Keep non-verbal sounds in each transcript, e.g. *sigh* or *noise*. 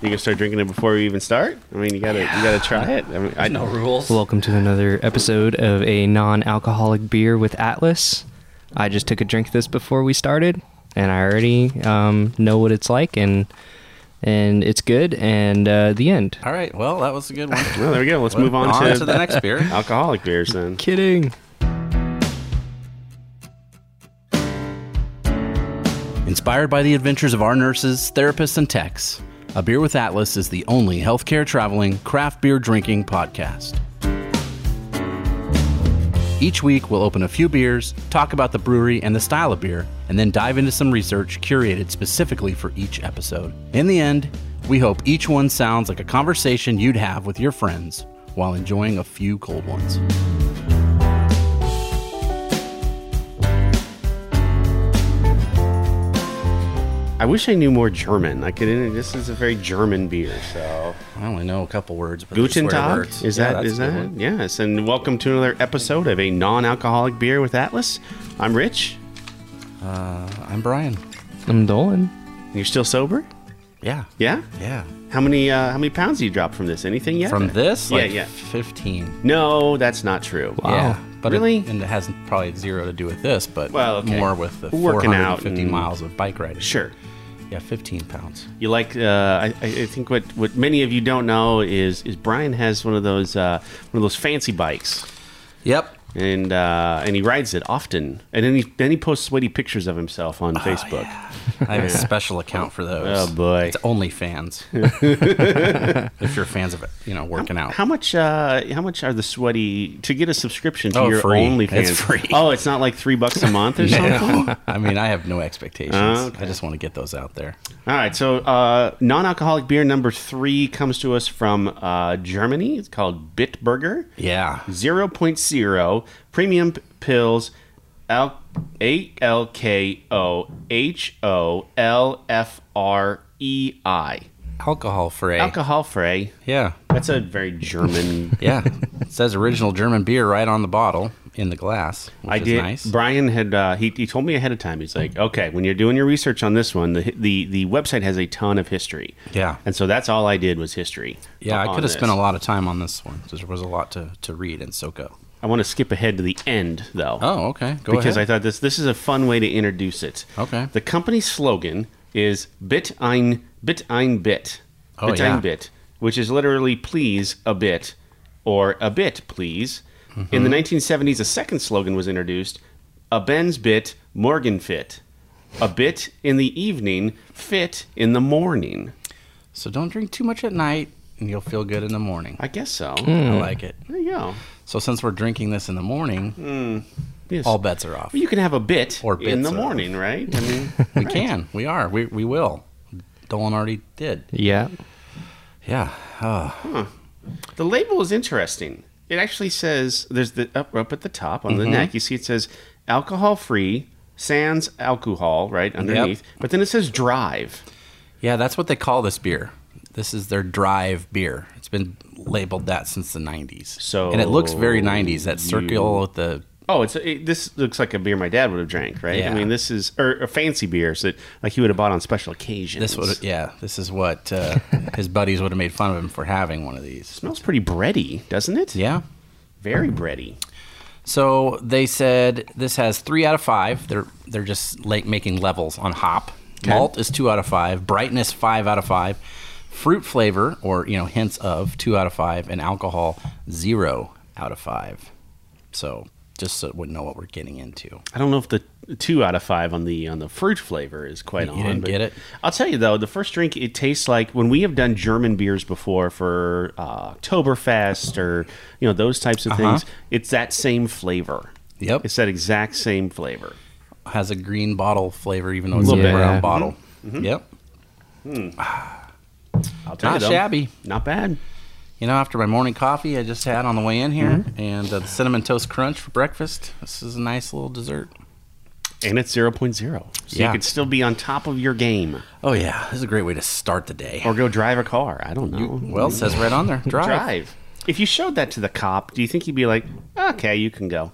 You can start drinking it before we even start. I mean, you gotta you gotta try it. I mean, I No rules. Welcome to another episode of a non-alcoholic beer with Atlas. I just took a drink of this before we started, and I already um, know what it's like, and and it's good. And uh, the end. All right. Well, that was a good one. *laughs* Well, there we go. Let's move on, to, the next beer. alcoholic beers then. Kidding. Inspired by the adventures of our nurses, therapists, and techs, A Beer with Atlas is the only healthcare traveling craft beer drinking podcast. Each week, we'll open a few beers, talk about the brewery and the style of beer, and then dive into some research curated specifically for each episode. In the end, we hope each one sounds like a conversation you'd have with your friends while enjoying a few cold ones. I wish I knew more German. I could. This is a very German beer. So I only know a couple words. But they're Guten swear Tag. words. Is Yeah, that that's is a good that one. yes? And welcome to another episode of a non-alcoholic beer with Atlas. I'm Rich. I'm Brian. I'm Dolan. You're still sober? Yeah. Yeah. Yeah. How many uh, how many pounds do you drop from this? Anything yet? From this, Yeah, like yeah. 15. No, that's not true. Wow. Yeah. But it- Really? and it has probably zero to do with this, but Well, okay. more with the Working out 450 and- miles of bike riding. Sure. Yeah, 15 pounds. You like? Uh, I, I I think what, what many of you don't know is is Brian has one of those uh, one of those fancy bikes, Yep. and uh, and he rides it often. And then he then he posts sweaty pictures of himself Oh, on Facebook. I have a special account for those. Oh, boy. It's OnlyFans. *laughs* if you're fans of, you know, working out. How much? Uh, how much are the sweaty to get a subscription to Oh, your free. OnlyFans? It's free. *laughs* Oh, it's not like three bucks a month or something. *laughs* No. I mean, I have no expectations. Oh, okay. I just want to get those out there. All right, so uh, non-alcoholic beer number three comes to us from uh, Germany. It's called Bitburger. Yeah. 0.0 premium p- pills L- A L K O H O L F R E I. Alcohol free. Alcohol free. yeah. That's a very German. *laughs* Yeah, it says original German beer right on the bottle in the glass, which I is did. nice. Brian had uh, he, he told me ahead of time. He's like, okay, when you're doing your research on this one, the the, the website has a ton of history. Yeah. and so that's all I did was history. yeah, I on could have this. spent a lot of time on this one. 'cause There was a lot to, to read and soak up. I want to skip ahead to the end though. Oh, okay. Go because I ahead. thought this this is a fun way to introduce it. Okay. The company's slogan is "Bit ein Bit ein Bit," Oh, Bit yeah. ein Bit, which is literally "Please a bit" or "A bit, please." In Mm-hmm. the 1970s, a second slogan was introduced: "A Ben's Bit, Morgan Fit." A bit in the evening, fit in the morning. so don't drink too much at night, and you'll feel good in the morning. I guess so. I like it. There you go. So since we're drinking this in the morning, Yes. all bets are off. you can have a bit Or in bits the are- morning, right? I mean, *laughs* We can. We are. We, we will. Dolan already did. Yeah. Yeah. Uh, The label is interesting. It actually says there's the up up at the top on Mm-hmm. the neck. You see it says alcohol free, sans alcohol right underneath. But then it says drive. yeah, that's what they call this beer. This is their drive beer. It's been labeled that since the 90s. So and it looks very 90s. That you- circle with the Oh, it's it, this looks like a beer my dad would have drank, right? I Yeah. mean, this is or, or fancy beers that like he would have bought on special occasions. This would, yeah, this is *laughs* what uh, his buddies would have made fun of him for having one of these. smells pretty bready, doesn't it? Yeah. very bready. So they said this has three out of five. They're they're just like making levels on hop. Malt is two out of five. Brightness five out of five. Fruit flavor or you know hints of two out of five, and alcohol zero out of five. So just so we know what we're getting into. I don't know if the two out of five on the on the fruit flavor is quite on. didn't but get it? I'll tell you though, the first drink it tastes like when we have done German beers before for uh, Oktoberfest or you know those types of things. It's that same flavor. Uh-huh. Yep. It's that exact same flavor. has a green bottle flavor, even though it's a Little bit. brown Yeah. Mm-hmm. bottle. Yep. I'll tell Not you though, shabby. Not bad. You know, after my morning coffee I just had on the way in here, Mm-hmm. and uh, the cinnamon toast crunch for breakfast. This is a nice little dessert. And it's 0.0. So you Yeah. could still be on top of your game Oh yeah, this is a great way to start the day. or go drive a car. I don't know. Mm-hmm. well, it says *laughs* right on there, drive. drive. If you showed that to the cop, do you think he'd be like, okay, you can go?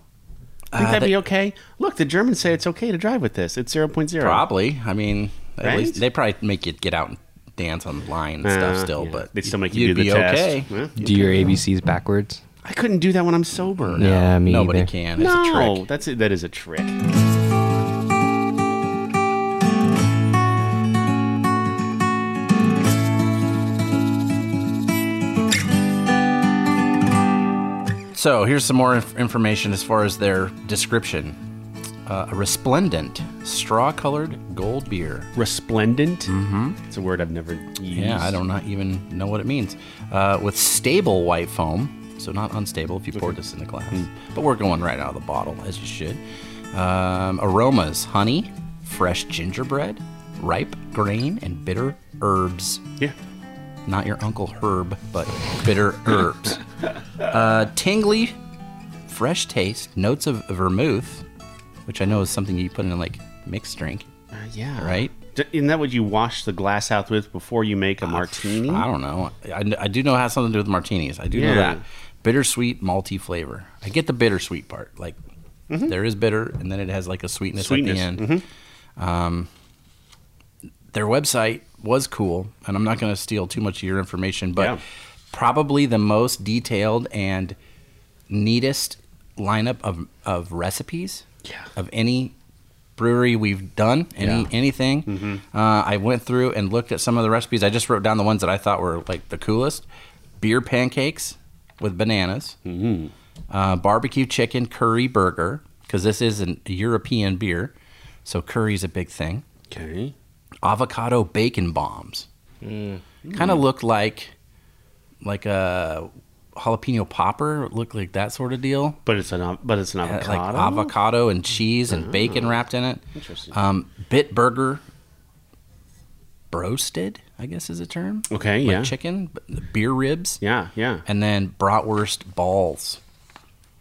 Think Uh, that'd they- be okay? Look, the Germans say it's okay to drive with this. It's 0.0. Probably. I mean, at Right? least they probably make you get out and dance on the line and stuff Uh, still, yeah. but they still make you you'd do be the test. okay. Yeah. Do your ABCs backwards? I couldn't do that when I'm sober. yeah, me Nobody either. can. It's a No, trick. that's it. That is a trick. So here's some more inf- information as far as their description. Uh, a resplendent straw-colored gold beer. Resplendent. Mm-hmm. It's a word I've never used. Yeah, I don't not even know what it means. Uh, with stable white foam, so not unstable if you pour this in the glass. But we're going right out of the bottle, as you should. Um, aromas: honey, fresh gingerbread, ripe grain, and bitter herbs. Yeah. Not your uncle Herb, but bitter herbs. Uh, tingly, fresh taste, notes of vermouth, which I know is something you put in like mixed drink. Uh, yeah. Right? Uh, D- isn't that what you wash the glass out with before you make a martini? I don't know. I, I do know it has something to do with martinis. I do know Yeah. that. Bittersweet, malty flavor. I get the bittersweet part. Like, there is bitter, and then it has like a sweetness, Mm-hmm. Sweetness, Mm-hmm. at the end. Um, their website was cool, and I'm not going to steal too much of your information, but Yeah. probably the most detailed and neatest lineup of, of recipes Yeah. of any brewery we've done any Yeah. Mm-hmm. anything uh, i went through and looked at some of the recipes i just wrote down the ones that i thought were like the coolest beer pancakes with bananas Mm-hmm. uh, barbecue chicken curry burger because this is an, a european beer so curry's a big thing Okay. avocado bacon bombs Mm. kind of looked like like a jalapeno popper looked like that sort of deal But it's an av- but it's an had, avocado. Uh, Uh-huh. like avocado and cheese and bacon wrapped in it. Interesting. Um, Bit burger, broasted, I guess is a term. Okay, Like yeah. Chicken, but the beer ribs, Yeah. Yeah. and then bratwurst balls.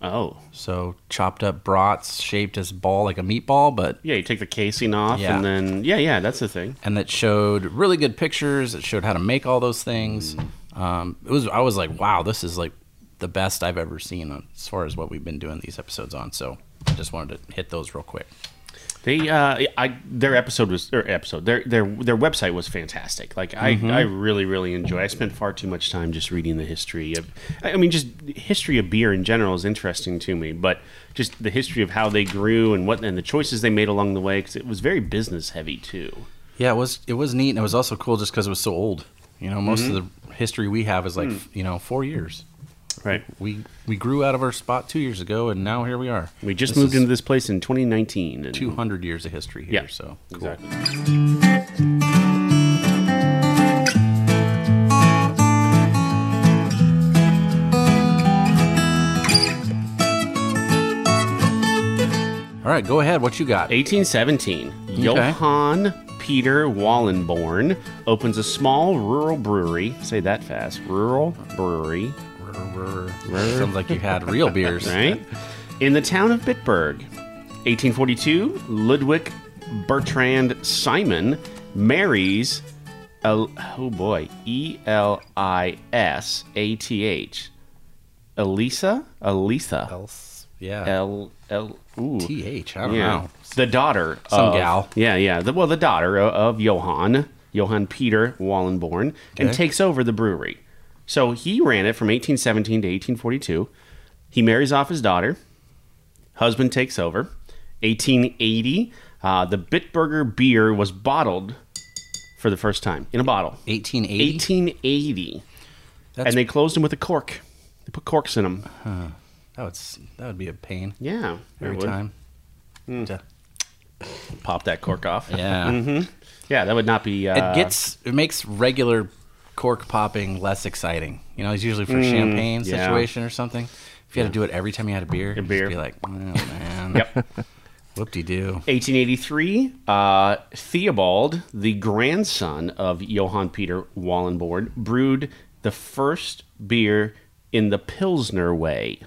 Oh. So chopped up brats shaped as ball, like a meatball, but Yeah. You take the casing off, Yeah. and then yeah, yeah. That's the thing. and that showed really good pictures. It showed how to make all those things. Um, it was I was like, wow, this is like the best I've ever seen on, as far as what we've been doing these episodes on. So I just wanted to hit those real quick. They, uh, I, their episode was their episode. Their their their website was fantastic. Like I, Mm-hmm. I really really enjoy. I spent far too much time just reading the history of. I I mean, just history of beer in general is interesting to me, but just the history of how they grew and what and the choices they made along the way because it was very business heavy too. Yeah, it was it was neat, and it was also cool just because it was so old. You know, most of Mm-hmm. the history we have is like Mm. you know four years. Right. We we grew out of our spot two years ago, and now here we are. We just This moved is into this place in 2019. And, 200 years of history here. Yeah. So cool. Exactly. All right, go ahead. What you got? 1817, Johann Peter Wallenborn opens a small rural brewery. Say that fast. Rural brewery, Sounds like you had real *laughs* beers. right? In the town of Bitburg. 1842, Ludwig Bertrand Simon marries, El- oh boy, E L I S A T H. Elisa? Elisa. Else, yeah. L L. Ooh. T H. I don't Yeah. know. Oh, The daughter. Some of- gal. Yeah, yeah. The, well, the daughter o- of Johann, Johann Peter Wallenborn, and Okay. takes over the brewery. So he ran it from 1817 to 1842. He marries off his daughter. Husband takes over. 1880, uh, the Bitburger beer was bottled for the first time in a bottle. 1880. 1880. That's- and they closed them with a cork. They put corks in them. That would s- that would be a pain Yeah. every Would Mm. time. To- Pop that cork off. Yeah. *laughs* Yeah, that would not be. Uh, it gets it makes regular cork popping less exciting. You know, it's usually for champagne Mm, yeah. situation or something. If you had to do it every time you had a beer, you'd beer. just be like, oh, *laughs* man, Yep. whoop de doo. 1883, uh, Theobald, the grandson of Johann Peter Wallenborn, brewed the first beer in the Pilsner way.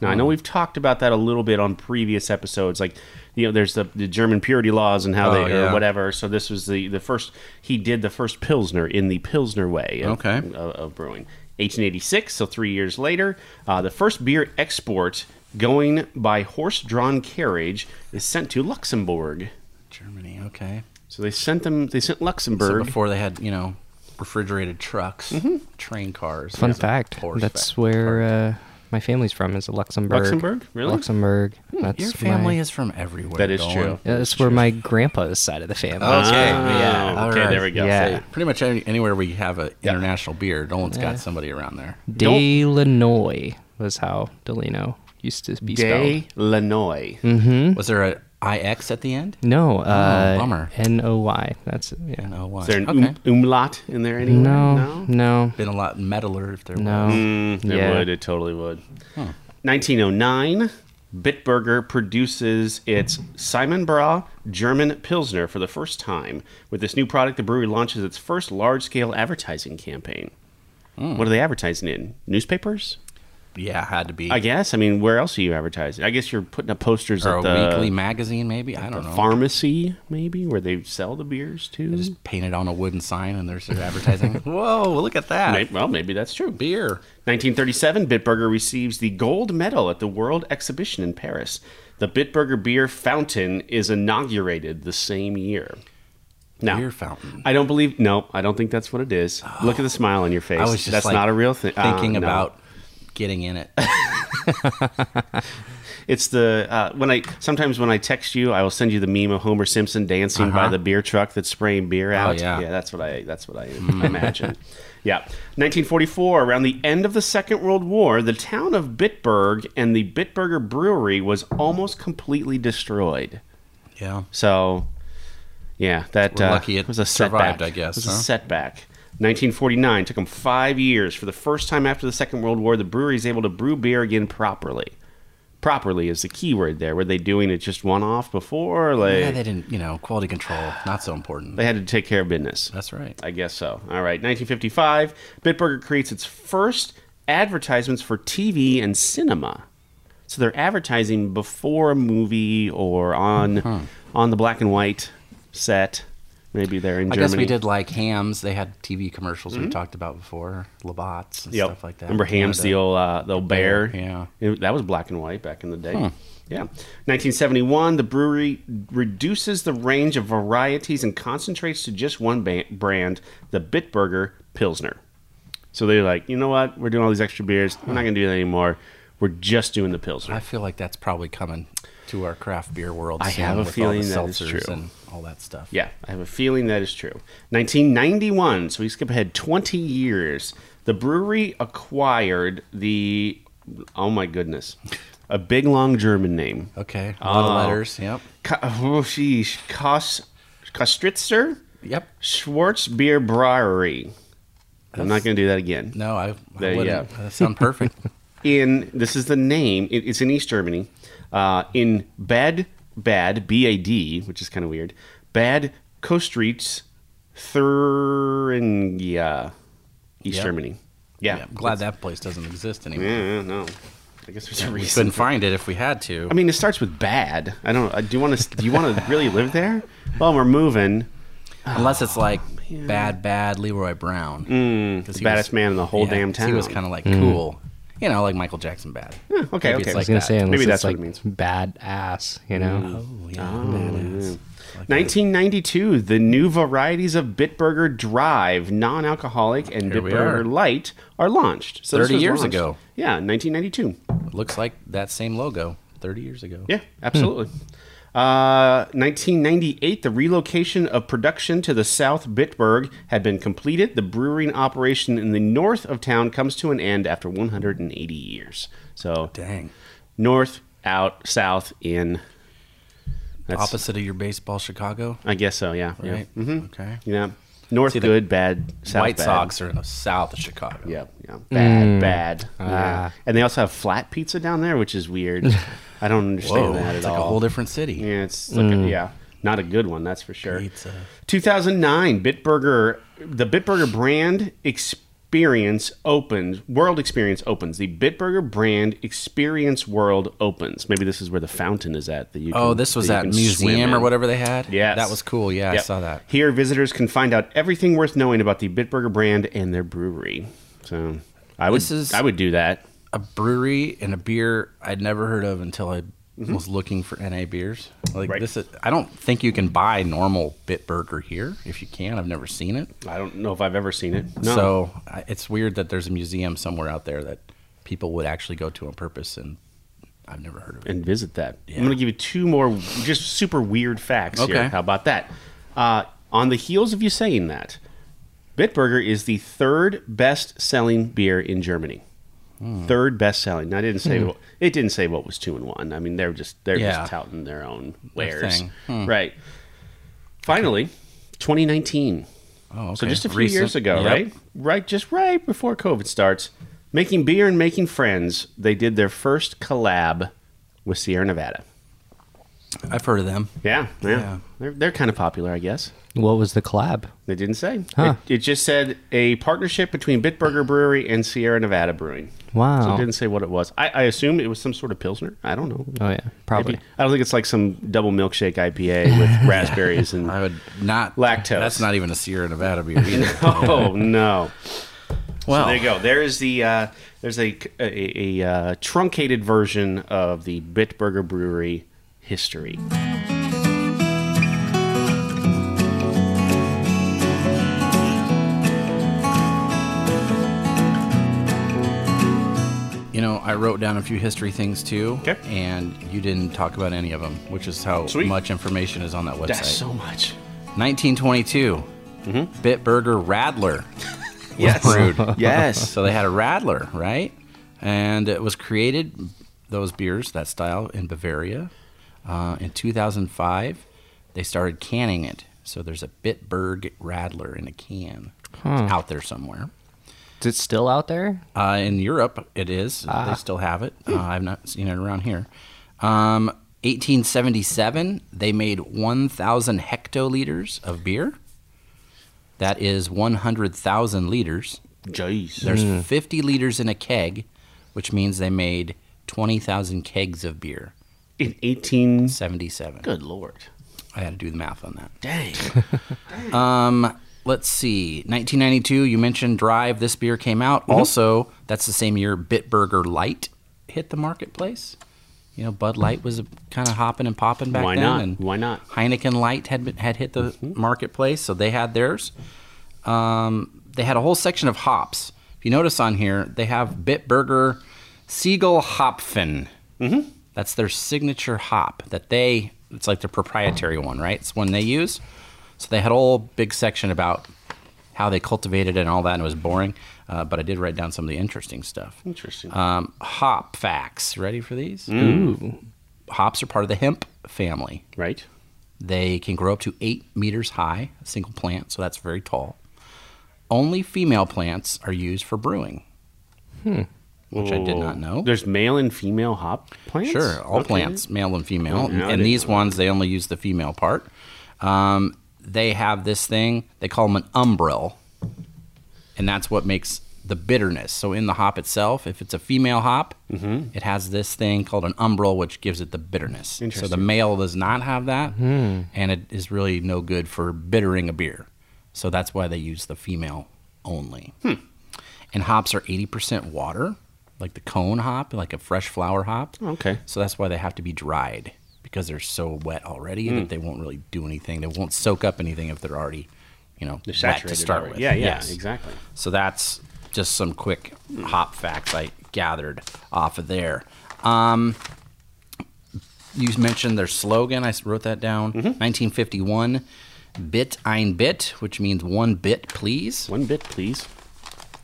Now, Hmm. I know we've talked about that a little bit on previous episodes. Like, you know, there's the, the German purity laws and how Oh, they, yeah. or whatever. So, this was the, the first, he did the first Pilsner in the Pilsner way of, Okay. of, of brewing. 1886, so three years later, uh, the first beer export going by horse drawn carriage is sent to Luxembourg. Germany, okay. So they sent them, they sent So Luxembourg. before they had, you know, refrigerated trucks, Mm-hmm. train cars. Fun yeah, fact. horseback That's where uh, my family's from. Is Luxembourg. Luxembourg? Really? Luxembourg. That's Your family my- is from everywhere. That is Dolan. true. Yeah, that's where my grandpa's side of the family. Okay. is from. yeah. Ah, Oh, okay, alright. there we go. Yeah. Pretty much any, anywhere where you have an international beer, Dolan's got somebody around there. Delanoy was how Delano used to be spelled. Day Lanoy. Hmm. Mm-hmm. Was there an IX at the end? No, uh, bummer. N O Y. That's yeah. No, why? Is there an okay. um, umlaut in there anywhere? No, no, Been a lot metaler if there no. was. Mm, it Yeah. would. It totally would. 1909, Bitburger produces its Simon Bra German Pilsner for the first time. With this new product, the brewery launches its first large scale advertising campaign. Hmm. What are they advertising in? Newspapers? Yeah, had to be. I guess. I mean, where else are you advertising? I guess you're putting up posters or at a the weekly magazine, maybe. I don't know. pharmacy, maybe, where they sell the beers too. Just painted on a wooden sign and there's *laughs* their advertising. Whoa, look at that. May- well, maybe that's true. Beer. 1937, Bitburger receives the gold medal at the World Exhibition in Paris. The Bitburger beer fountain is inaugurated the same year. Now, Beer fountain. I don't believe. No, I don't think that's what it is. Look at the smile on your face. I was just that's like, not a real thing. Thinking Uh, no. about *laughs* getting in it. it's the uh, when I sometimes when I text you, I will send you the meme of Homer Simpson dancing by the beer truck that's spraying beer out. yeah. that's what I that's what I imagine. Yeah, 1944. Around the end of the Second World War, the town of Bitburg and the Bitburger Brewery was almost completely destroyed. yeah. So, yeah, that We're uh, lucky it was a survived, setback. I guess, it was huh? a setback. 1949 took them five years. For the first time after the Second World War, the brewery is able to brew beer again properly. Properly is the key word there. Were they doing it just one off before? Like Yeah, they they, didn't, you know, quality control, not so important. had to take care of business. That's right. I guess so. All right, 1955, Bitburger creates its first advertisements for TV and cinema. So they're advertising before a movie or on on the black and white set. Maybe they're in Germany. I Mm-hmm. guess we did like hams. They had TV commercials we talked about before, Labatt's and Yep. stuff like that. Remember Ham's the Canada. old uh, the old bear? bear, It- that was black and white back in the day. Yeah, 1971. The brewery reduces the range of varieties and concentrates to just one ba- brand, the Bitburger Pilsner. So they're like, you know what? We're doing all these extra beers. We're not going to do that anymore. We're just doing the Pilsner. I feel like that's probably coming to our craft beer world. I soon have a with all the feeling that is true. seltzers and all that stuff. Yeah, I have a feeling that is true. 1991, so we skip ahead 20 years. The brewery acquired the, oh my goodness, a big long German name. Okay. A lot Oh. of letters. Yep. Ka- oh, sheesh. Kos, Kostritzer Yep. Schwarzbier Brewery. I'm not going to do that again. No, I, I There you wouldn't. go. That sounds perfect. in this is the name it, it's in east germany uh, in bad bad bad which is kind of weird bad kostritz thuringia east Yep. germany *laughs* yeah, yeah, I'm glad that place doesn't exist anymore. yeah no i guess there's a We reason couldn't find it if we had to. i mean it starts with bad i don't know do you want to do you want to really live there well we're moving Unless it's like bad, bad Leroy Brown. Oh, the Mm, baddest man in the whole damn town Mm. He was kind of like cool. You know, like Michael Jackson bad. okay, Maybe okay. It's I I like was gonna that. say unless Maybe that's it's what like it means. bad ass, you know. Oh, yeah. 1992, the new varieties of Bitburger Drive, non-alcoholic, and we Bitburger are. Light are launched. So this 30 was years launched- ago. Yeah, 1992. Looks like that same logo 30 years ago. Yeah, absolutely. Uh, 1998, the relocation of production to the South Bitburg had been completed. The brewing operation in the north of town comes to an end after 180 years. So Dang. north, out, south, in. That's, Opposite of your baseball Chicago, I guess so. Yeah. yeah. Mm-hmm. right? Okay. Yeah. North See, the good, bad, south White bad. Sox are in the south of Chicago. Yeah, yeah. Bad, Mm. bad. Ah. Yeah. And they also have flat pizza down there, which is *laughs* weird. I don't understand Whoa, that at it's like all. a whole different city. yeah, it's like a- yeah, not a good one, that's for sure. Pizza. 2009, Bitburger, the Bitburger brand experience opens, world experience opens. The Bitburger brand experience world opens. Maybe this is where the fountain is at. That you Oh, can- this was you that can swim museum or in. whatever they had? Yes. That was cool. Yeah, I Yep. saw that. Here, visitors can find out everything worth knowing about the Bitburger brand and their brewery. So, I would This is- I would do that. A brewery and a beer I'd never heard of until I was looking for NA beers. Like Mm-hmm. Right. this is, I don't think you can buy normal Bitburger here. If you can, I've never seen it. I don't know if I've ever seen it. No. So I, it's weird that there's a museum somewhere out there that people would actually go to on purpose, and I've never heard of it. and visit that. Yeah. I'm going to give you two more just super weird facts Okay. here. How about that? Uh, on the heels of you saying that, Bitburger is the third best selling beer in Germany. Hmm. Third best selling. Now, I didn't say what, it didn't say what was two and one. I mean, they're just they're Yeah. just touting their own wares, thing. Hmm. right? Finally, 2019. Oh, okay. So just a few Recent. years ago, Yep. right? Right, just right before COVID starts, making beer and making friends, they did their first collab with Sierra Nevada. I've heard of them. Yeah, yeah. Yeah. They're, they're kind of popular, I guess. What was the collab? They didn't say. Huh. It, it just said a partnership between Bitburger Brewery and Sierra Nevada Brewing. Wow. So it didn't say what it was. I, I assume it was some sort of Pilsner. I don't know. Uh, oh yeah, probably. Maybe. I don't think it's like some double milkshake *laughs* IPA with raspberries and. I would not Lactose. That's not even a Sierra Nevada beer either. *laughs* Oh, no. well, So there you go. There is the uh, there's a a, a, uh, truncated version of the Bitburger Brewery history. You know, I wrote down a few history things too, Okay. and you didn't talk about any of them, which is how Sweet. much information is on that website. That's so much. 1922, Bitburger *laughs* Radler. was Yes. *laughs* brewed. Yes. So they had a Radler, right? And it was created, those beers, that style, in Bavaria. Uh, in 2005, they started canning it. So there's a Bitburg Radler in a can It's out there somewhere. Is it still out there? Uh, in Europe, it is. They still have it. Uh, I've not seen it around here. Um, 1877, they made 1,000 hectoliters of beer. That is 100,000 liters. Jeez. There's 50 liters in a keg, which means they made 20,000 kegs of beer. in 18. 77. Good lord. I had to do the math on that. *laughs* Dang. Let's see. 1992, you mentioned Drive. This beer came out. Mm-hmm. Also, that's the same year Bitburger Light hit the marketplace. You know, Bud Light was kind of hopping and popping back Why then. not? And Why not? Mm-hmm. Heineken Light had been, had hit the marketplace, so they had theirs. Um, they had a whole section of hops. If you notice on here, they have Bitburger Siegel Hopfen. Mm-hmm. That's their signature hop that they. It's like their proprietary one, right? It's one they use. So they had a whole big section about how they cultivated it and all that, and it was boring. Uh, but I did write down some of the interesting stuff. Interesting. Um, hop facts. Ready for these? Hops are part of the hemp family. right. They can grow up to eight meters high, a single plant, so that's very tall. Only female plants are used for brewing, which I did not know. There's male and female hop plants. Oh. Sure, all Okay. Oh, plants, male and female. yeah, I and didn't these know that. ones, they only use the female part. Um, they have this thing, they call them an umbrel, and that's what makes the bitterness. So in the hop itself, if it's a female hop, Mm-hmm. it has this thing called an umbrel, which gives it the bitterness. So the Interesting. Hmm. male does not have that, and it is really no good for bittering a beer. So that's why they use the female only. Hmm. And hops are 80% water, like the cone hop, like a fresh flower hop. Okay. So that's why they have to be dried because they're so wet already Hmm. that they won't really do anything. They won't soak up anything if they're already, you know, They're wet saturated to start already. with. Yeah, yeah, Yes. exactly. So that's just some quick hop facts I gathered off of there. Um, you mentioned their slogan. I s- wrote that down. Mm-hmm. 1951, Bit ein Bit, which means one bit, please. One bit, please.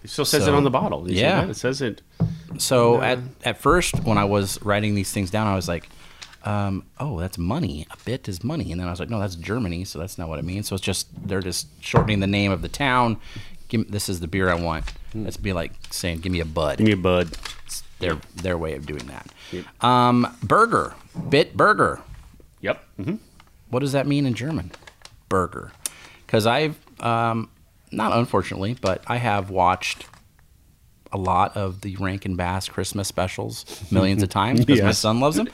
It still says So- it on the bottle. You see Yeah. that? It says it. So at at first, when I was writing these things down, I was like, um, "Oh, that's money. A bit is money." And then I was like, "No, that's Germany, so that's not what it means." So it's just they're just shortening the name of the town. Give, me- this is the beer I want. That's be like saying, "Give me a bud." Give me a bud. It's their their way of doing that. Um, burger, bit burger. Yep. Mm-hmm. hmm What does that mean in German? Burger. Because I've, um, not unfortunately, but I have watched a lot of the Rankin Bass Christmas specials *laughs* millions of times because my Yes. son loves them.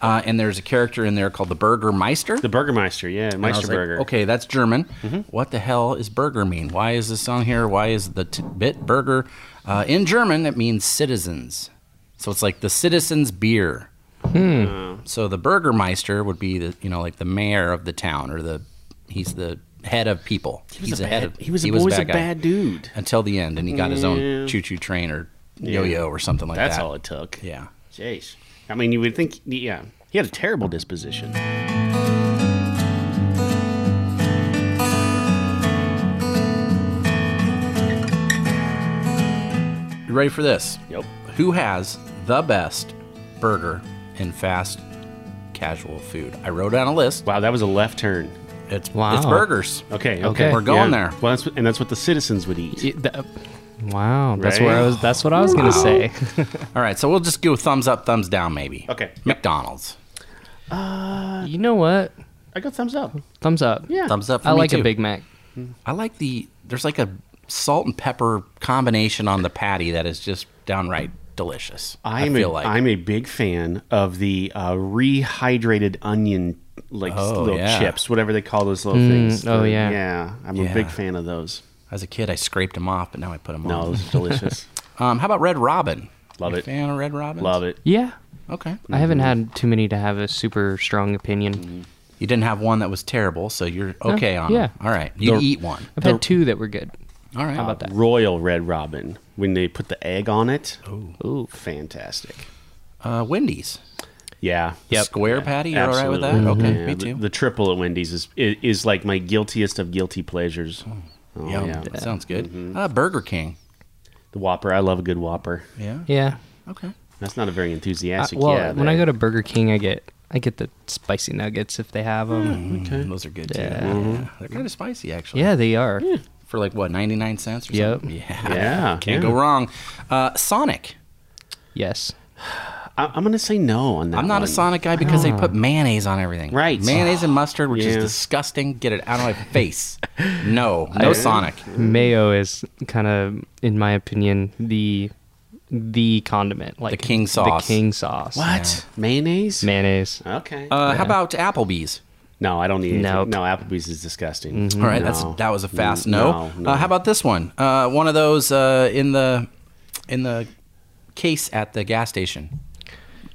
Uh, and there's a character in there called the Burger Meister. The Burgermeister. Yeah, And I was like, Meisterburger. okay, that's German. Mm-hmm. What the hell is burger mean? Why is this on here? Why is the t- bit burger? Uh, in German, it means citizens. So it's like the citizens' beer. Hmm. So the Burgermeister would be the you know like the mayor of the town or the he's the head of people. He was he's a the head bad- of he was always a guy bad dude. until the end, and he got his Yeah. own choo-choo train or yo-yo or something like That's that. all it took. Yeah. Jeez. I mean, you would think, yeah, he had a terrible disposition. You ready for this? Yep. Who has the best burger in fast casual food? I wrote down a list. Wow, that was a left turn. It's Wow. it's burgers. Okay, okay. Okay. We're going there. Well, that's, and that's what the citizens would eat. Y- th- wow, that's Right? where I was. That's what I was gonna say. *laughs* All right, so we'll just go thumbs up, thumbs down, maybe. Okay. McDonald's. you know what? I got thumbs up. Thumbs up. Yeah. Thumbs up. For I me like too. a Big Mac. I like the there's like a salt and pepper combination on the patty that is just downright delicious. I I'm a, feel like am a big fan of the uh, rehydrated onion like s- Oh, little yeah. chips, whatever they call those little things. oh, Uh, yeah. yeah. I'm a Yeah. big fan of those. as a kid I scraped them off, but now I put them No, on. those are *laughs* delicious. *laughs* Um, how about Red Robin? Love You a it. Fan of Red Robin. Love it. Yeah, Okay. I haven't had too many to have a super strong opinion. You didn't have one that was terrible, so you're okay on. yeah. them. All right. You The- eat one. I've had two that were good. All right. How about that? Royal Red Robin when they put the egg on it. Ooh. Fantastic. Uh, Wendy's. Yeah. Square patty. You're all right with that? Absolutely. Okay. Yeah, Me the- too. The, triple at Wendy's is, is is like my guiltiest of guilty pleasures. Oh, Yum. yeah. Mm-hmm. That sounds good. Uh, Burger King. The Whopper. I love a good Whopper. Yeah. Yeah. Okay. That's not a very I- Uh, enthusiastic. well, yeah, when I go to Burger King, I get I get the spicy nuggets if they have them. Okay. Mm, Those are good too. Yeah. Mm-hmm. Yeah. They're kind of spicy actually. Yeah, they are. for like what 99 cents or Yep. something yeah Yeah, *laughs* can't yeah. go wrong uh, sonic Yes. I, am gonna say no on that. i'm not a one. sonic guy because Oh. they put mayonnaise on everything Right. mayonnaise and mustard which is Yeah. disgusting get it out of my *laughs* face no no sonic Mayo is kind of, in my opinion, the the condiment, like king sauce. The king sauce. What mayonnaise? Mayonnaise. Okay. uh, how about applebee's no, I don't need. anything. Nope. No, Applebee's is disgusting. Mm-hmm. all right that's No. that was a fast Mm, no, no, Uh, no. how about this one uh, one of those uh, in the in the case at the gas station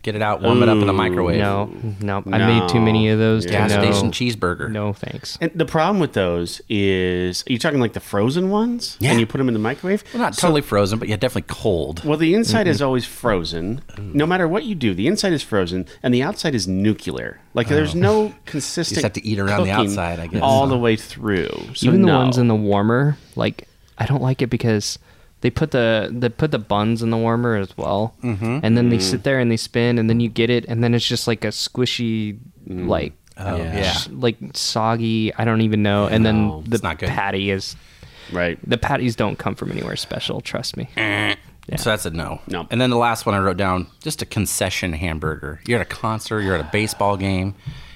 get it out warm it up in the microwave No, no, I made too many of those. to gas know- station cheeseburger No thanks. And the problem with those is, are you talking like the frozen ones? Yeah. And you put them in the microwave? well, not totally frozen but yeah definitely cold Well, the inside is Mm-hmm. always frozen. Mm. No matter what you do, the inside is frozen, and the outside is nuclear. Like there's *laughs* no consistent. Oh. have to eat around the cooking outside, I guess. all the way through. So Even the no. ones in the warmer, like I don't like it because they put the they put the buns in the warmer as well, mm-hmm. and then they Mm. sit there and they spin, and then you get it, and then it's just like a squishy, like Oh, yeah. yeah. like soggy. I don't even know. And then No, the it's not good. patty is right. the patties don't come from anywhere special. Trust me. So that's a no. No. And then the last one I wrote down, just a concession hamburger. You're at a concert, you're at a baseball game.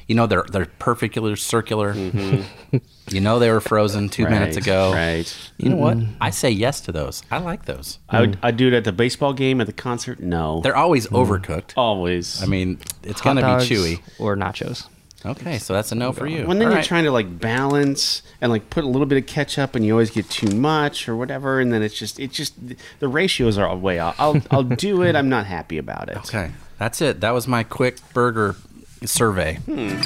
You know they're they're perfectly circular. *laughs* you know they were frozen two minutes Mm-hmm. Right, ago. Right. Mm-hmm. You know what? I say yes to those. I like those. I would. I do it at the baseball game, at the concert. No. Mm. They're always overcooked. always. I mean, it's Hot gonna dogs be chewy. or nachos. Okay, so that's a no for you. When then All you're right. trying to like balance and like put a little bit of ketchup, and you always get too much or whatever, and then it's just it just the ratios are all way off. I'll I'll do it. I'm not happy about it. *laughs* Okay, that's it. That was my quick burger survey. Hmm.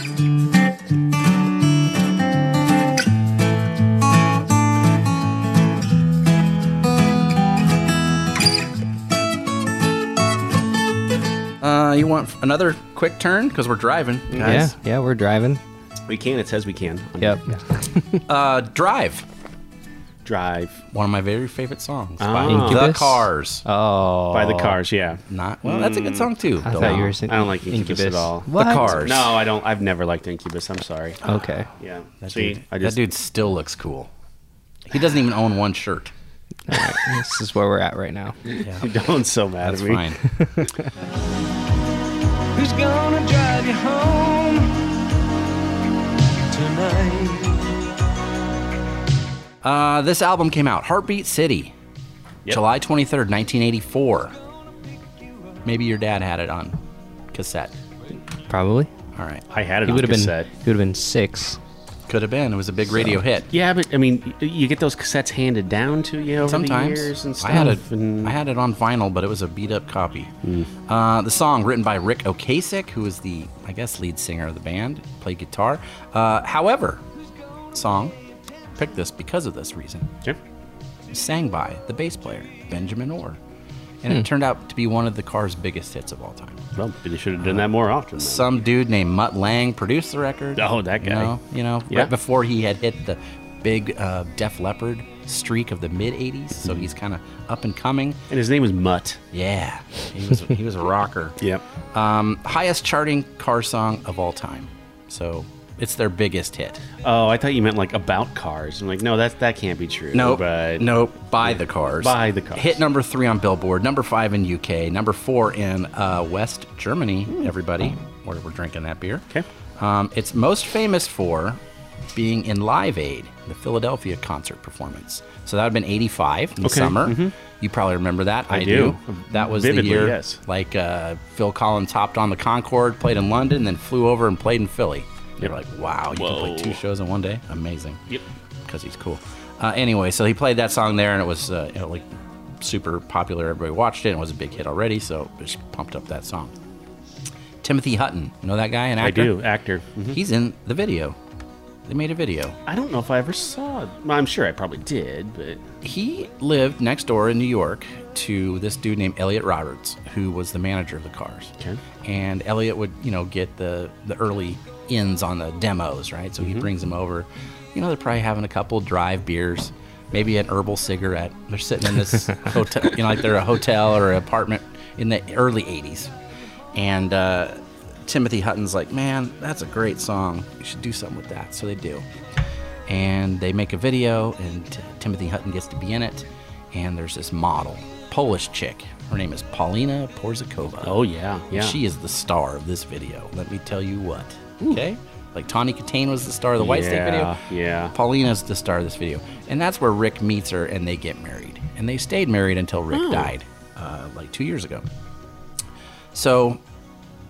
Uh, you want f- another quick turn because we're driving, guys. Yeah, yeah, we're driving. We can. It says we can. Yep. Uh, Drive, Drive one of my very favorite songs by Oh. the Ah. Incubus? Cars. Oh, by the cars. Yeah. Not well. That's a good song too. I thought you were. saying I don't like Incubus, at all. What? The Cars. No, I don't. I've never liked Incubus. I'm sorry. Okay. Yeah. See, Dude, I just Oh. that dude still looks cool. He doesn't even own one shirt. this is where we're at right now. *laughs* don't so mad That's at me. fine. *laughs* Who's gonna drive you home tonight? Uh, this album came out, Heartbeat City, Yep. July 23rd, 1984. Maybe your dad had it on cassette. Probably. All right. I had it. He on would have been. cassette. He would have been six. could have been. It was a big radio hit. Yeah, but I mean, y- you get those cassettes handed down to you over Sometimes the years and stuff. I had it. and- Hmm. I had it on vinyl, but it was a beat up copy. Uh, the song written by Rick Ocasek, who is the I guess lead singer of the band, played guitar. Uh, however, song picked this because of this reason. Yep. It was sang by the bass player Benjamin Orr, and Hmm. it turned out to be one of the Cars' biggest hits of all time. Well, they should have done that more often. then. Some dude named Mutt Lang produced the record. Oh, that You guy. know, you know Yeah. right before he had hit the big uh, Def Leppard streak of the mid '80s, Hmm. so he's kind of up and coming. and his name was Mutt. Yeah, he was he was a rocker. Yep. Um, highest charting car song of all time. So it's their biggest hit. Oh, I thought you meant like about cars. I'm like, no, that that can't be true. Nope. But nope. By the cars. By the Cars. Hit number three on Billboard. Number five in UK. Number four in uh, West Germany. Everybody, where we're drinking that beer. Hmm. Okay. Um, it's most famous for being in Live Aid, the Philadelphia concert performance. So that would have been '85 in the Okay, Mm-hmm. summer. You probably remember that. I, do. That was Vividly, the year. yes. Like uh, Phil Collins hopped on the Concorde, played in London, then flew over and played in Philly. You're like, wow, you can Whoa. play two shows in one day. Amazing Yep. because he's cool. Uh, anyway, so he played that song there, and it was uh, you know, like super popular. Everybody watched it. and It was a big hit already, so it just pumped up that song. Timothy Hutton, you know that guy? An I actor? Mm-hmm. do. Actor. Mhm. He's in the video. They made a video. I don't know if I ever saw. Well, I'm sure I probably did, but He lived next door in New York to this dude named Elliot Roberts, who was the manager of the Cars. Okay. And Elliot would, you know, get the the early ins on the demos, right? So he brings them over. You know, they're probably having a couple drive beers, maybe an herbal cigarette. They're sitting in this hotel, you know, like they're a hotel or apartment in the early '80s. And uh, Timothy Hutton's like, "Man, that's a great song. You should do something with that." So they do and they make a video, and T- Timothy Hutton gets to be in it. And there's this model, Polish chick. Her name is Paulina Porzakova. oh yeah, yeah. She is the star of this video. Let me tell you what. Okay? Like Tawny Katane was the star of the White State video. Yeah, yeah. Paulina's the star of this video. And that's where Rick meets her and they get married. And they stayed married until Rick died, uh, like two years ago. So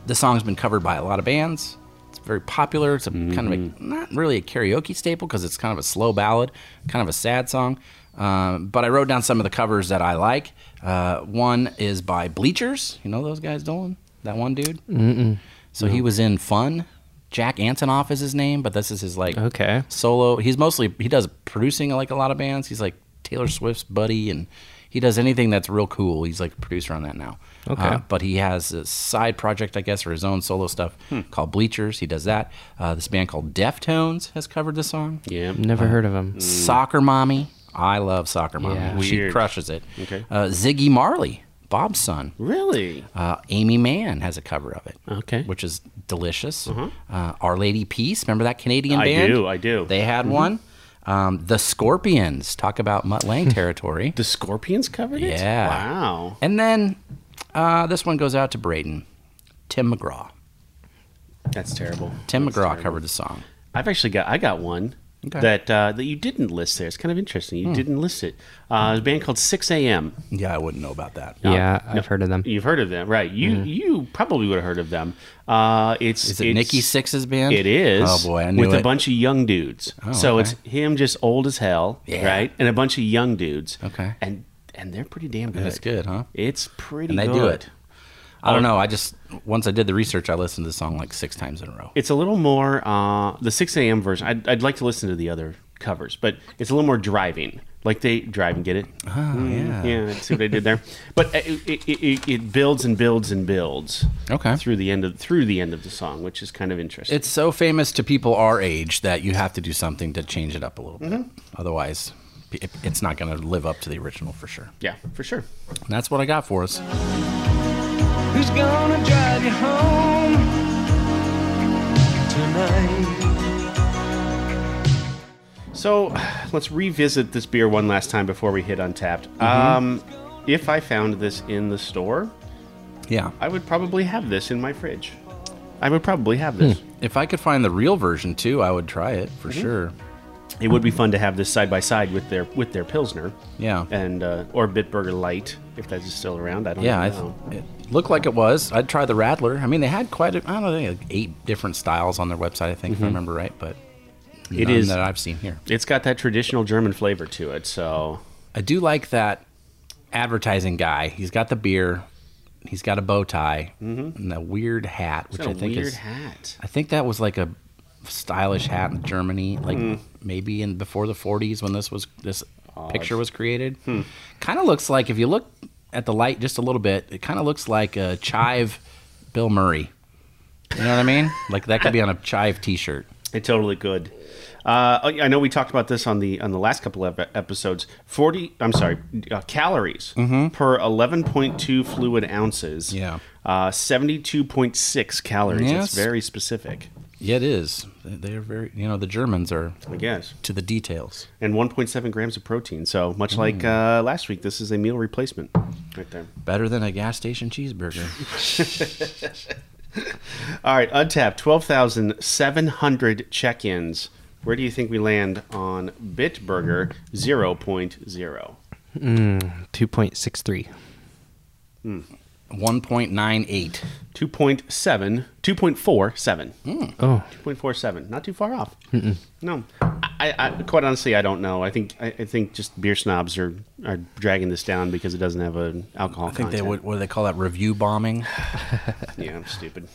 the song's been covered by a lot of bands. It's very popular. It's a kind of a, not really a karaoke staple because it's kind of a slow ballad, kind of a sad song. Um, but I wrote down some of the covers that I like. Uh, one is by Bleachers. You know those guys, Dolan? That one dude? Mm-mm. So he was in Fun. Jack Antonoff is his name, but this is his like Okay. solo. He's mostly he does producing like a lot of bands. He's like Taylor Swift's buddy, and he does anything that's real cool. He's like a producer on that now. Uh, Okay. but he has a side project, I guess, or his own solo stuff Hmm. called Bleachers. He does that. Uh, this band called Deftones has covered the song. yeah. Never heard of him. Soccer Mommy. I love Soccer Mommy. Yeah. She Hmm. Weird. crushes it. Okay. Uh, Ziggy Marley, Bob's son. Really? Uh, Amy Mann has a cover of it. Okay. Which is delicious. Uh, Our Lady Peace, remember that Canadian Mm-hmm. I band? do, I do. They had one. Um, the Scorpions, talk about *laughs* Mutt Lang territory. The Scorpions covered it. Yeah. Wow. and then uh, this one goes out to Braden, Tim McGraw. That's terrible. Tim That's McGraw terrible. covered the song. I've actually got I got one Okay. Hmm. that uh, that you didn't list there. It's kind of interesting. You didn't list it. Uh, a band called Six AM. Yeah, I wouldn't know about that. Is Yeah, I've heard of them. You've heard of them, right? You you probably would have heard of them. Uh, it's Mm-hmm. it it's, Nikki Six's band? It is. Oh boy, I knew with it. a bunch of young dudes. Oh, so okay. it's him just old as hell, Yeah. right? And a bunch of young dudes. Okay. And and they're pretty damn good. That's good, huh? It's pretty And they good. do it. I Oh. don't know. I just once I did the research, I listened to the song like six times in a row. It's a little more uh, the 6 a.m. version. I'd, I'd like to listen to the other covers, but it's a little more driving. Like they drive and get it. Oh Ah, yeah. yeah. See what I did there. But it, it, it, it builds and builds and builds. Okay. Through the end of through the end of the song, which is kind of interesting. It's so famous to people our age that you have to do something to change it up a little bit. Mm-hmm. Otherwise, it, it's not going to live up to the original for sure. yeah, for sure. And that's what I got for us. Who's gonna drive you home tonight? So let's revisit this beer one last time before we hit Untapped. Mm-hmm. Um, if I found this in the store, Yeah. I would probably have this in my fridge. I would probably have this. If I could find the real version too, I would try it for sure. It would be fun to have this side by side with their with their pilsner. Yeah. and uh, or Bitburger Light if that's still around. I don't yeah, I know. th- it looked like it was. I'd try the Rattler. I mean, they had quite a, I don't know, they had eight different styles on their website, I think, if I remember right. But Mm-hmm. It None is- that I've seen here. It's got that traditional German flavor to it. So I do like that advertising guy. He's got the beer, he's got a bow tie, and the weird hat, which it's got I Mm-hmm. a think weird is hat. I think that was like a stylish hat in Germany, like maybe in before the 40s when this was this picture was created. Kind of looks like if you look at the light just a little bit, it kind of looks like a chive Bill Murray. You know what I mean? like that could be on a chive T-shirt. It totally could. Uh, oh, yeah, I know we talked about this on the on the last couple of e, episodes. Forty, I'm sorry, uh, calories per 11.2 fluid ounces. Mm-hmm. Yeah. uh, 72.6 calories. Yes. That's very specific, Yeah, it is. They they are very, you know, the Germans are I guess. to the details. And 1.7 grams of protein. So Mm. much like uh, last week, this is a meal replacement, right there. Better than a gas station cheeseburger. All right, untapped 12,700 check ins. Where do you think we land on Bitburger 0.0? 2.63. 1.98. 2.7, 2.47. Hmm. Oh, 2.47, not too far off. No, I, I, quite honestly, I don't know. I think I, I think just beer snobs are, are dragging this down because it doesn't have an alcohol. I think they would, what do they call that? Review bombing? Yeah, I'm stupid.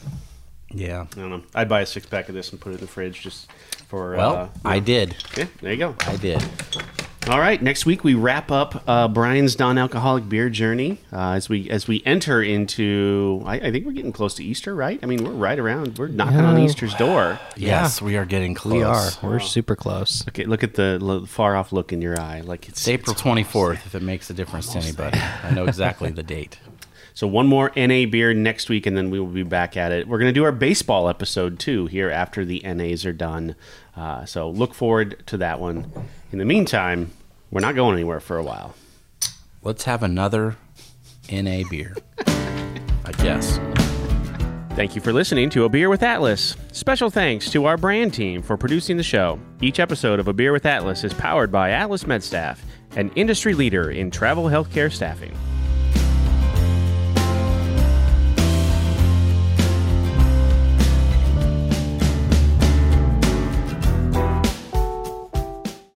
Yeah. I don't know. I'd buy a six pack of this and put it in the fridge just for. Well, uh, I did. yeah, there you go. I did. All right, next week we wrap up uh, Brian's non-alcoholic beer journey uh, as we as we enter into. I, I think we're getting close to Easter, right? I mean, we're right around. We're knocking on Yeah. Easter's door. Yes, we are getting close. we are. We're super close. Okay, look at the lo- far-off look in your eye, like it's It's April 24th, if it makes a difference to anybody. I know exactly the date. So one more NA beer next week, and then we will be back at it. We're going to do our baseball episode too here after the NAs are done. Uh, so look forward to that one. In the meantime, we're not going anywhere for a while. Let's have another NA *laughs* beer. I guess. Thank you for listening to A Beer with Atlas. Special thanks to our brand team for producing the show. Each episode of A Beer with Atlas is powered by Atlas MedStaff, an industry leader in travel healthcare staffing.